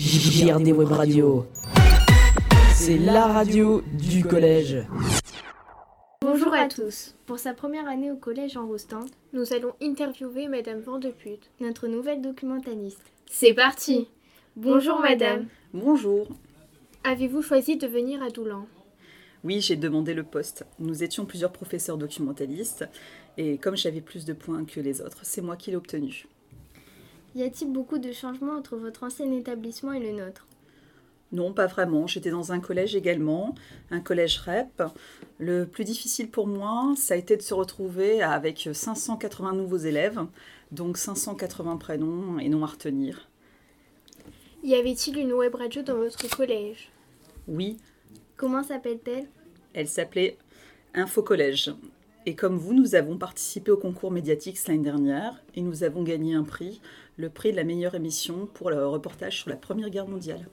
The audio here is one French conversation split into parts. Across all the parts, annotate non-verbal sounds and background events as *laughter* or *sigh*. JRD Web Radio. C'est la radio du collège. Bonjour à tous. Pour sa première année au collège en Rostand, nous allons interviewer Madame Vandeput, notre nouvelle documentaliste. C'est parti. Bonjour Madame. Bonjour. Avez-vous choisi de venir à Doulan Oui, j'ai demandé le poste. Nous étions plusieurs professeurs documentalistes et comme j'avais plus de points que les autres, c'est moi qui l'ai obtenu. Y a-t-il beaucoup de changements entre votre ancien établissement et le nôtre Non, pas vraiment. J'étais dans un collège également, un collège REP. Le plus difficile pour moi, ça a été de se retrouver avec 580 nouveaux élèves, donc 580 prénoms et noms à retenir. Y avait-il une web radio dans votre collège Oui, Comment s'appelle-t-elle Elle s'appelait Info Collège. Et comme vous, nous avons participé au concours médiatique l'année dernière et nous avons gagné un prix, le prix de la meilleure émission pour le reportage sur la Première Guerre mondiale.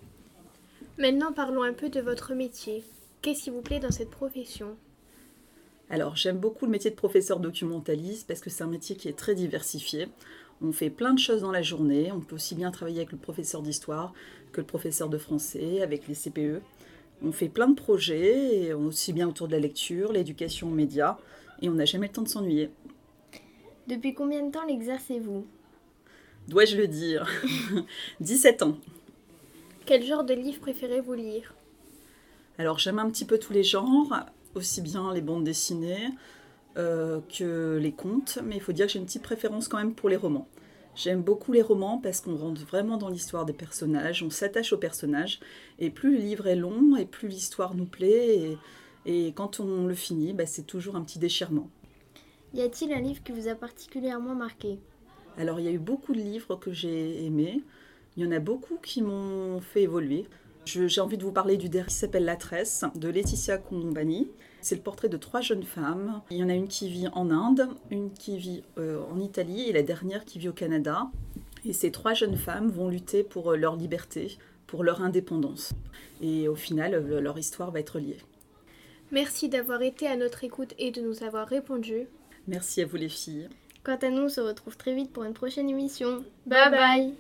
Maintenant parlons un peu de votre métier. Qu'est-ce qui vous plaît dans cette profession Alors, j'aime beaucoup le métier de professeur documentaliste parce que c'est un métier qui est très diversifié. On fait plein de choses dans la journée. On peut aussi bien travailler avec le professeur d'histoire que le professeur de français, avec les CPE. On fait plein de projets, et aussi bien autour de la lecture, l'éducation aux médias, et on n'a jamais le temps de s'ennuyer. Depuis combien de temps l'exercez-vous Dois-je le dire *laughs* 17 ans. Quel genre de livre préférez-vous lire Alors j'aime un petit peu tous les genres, aussi bien les bandes dessinées euh, que les contes, mais il faut dire que j'ai une petite préférence quand même pour les romans. J'aime beaucoup les romans parce qu'on rentre vraiment dans l'histoire des personnages, on s'attache aux personnages, et plus le livre est long, et plus l'histoire nous plaît, et, et quand on le finit, bah, c'est toujours un petit déchirement. Y a-t-il un livre qui vous a particulièrement marqué Alors, il y a eu beaucoup de livres que j'ai aimés. Il y en a beaucoup qui m'ont fait évoluer. Je- J'ai envie de vous parler du dernier qui s'appelle La Tresse de Laetitia Combani. C'est le portrait de trois jeunes femmes. Il y en a une qui vit en Inde, une qui vit euh, en Italie et la dernière qui vit au Canada. Et ces trois jeunes femmes vont lutter pour euh, leur liberté, pour leur indépendance. Et au final, euh, leur histoire va être liée. Merci d'avoir été à notre écoute et de nous avoir répondu. Merci à vous les filles. Quant à nous, on se retrouve très vite pour une prochaine émission. Bye bye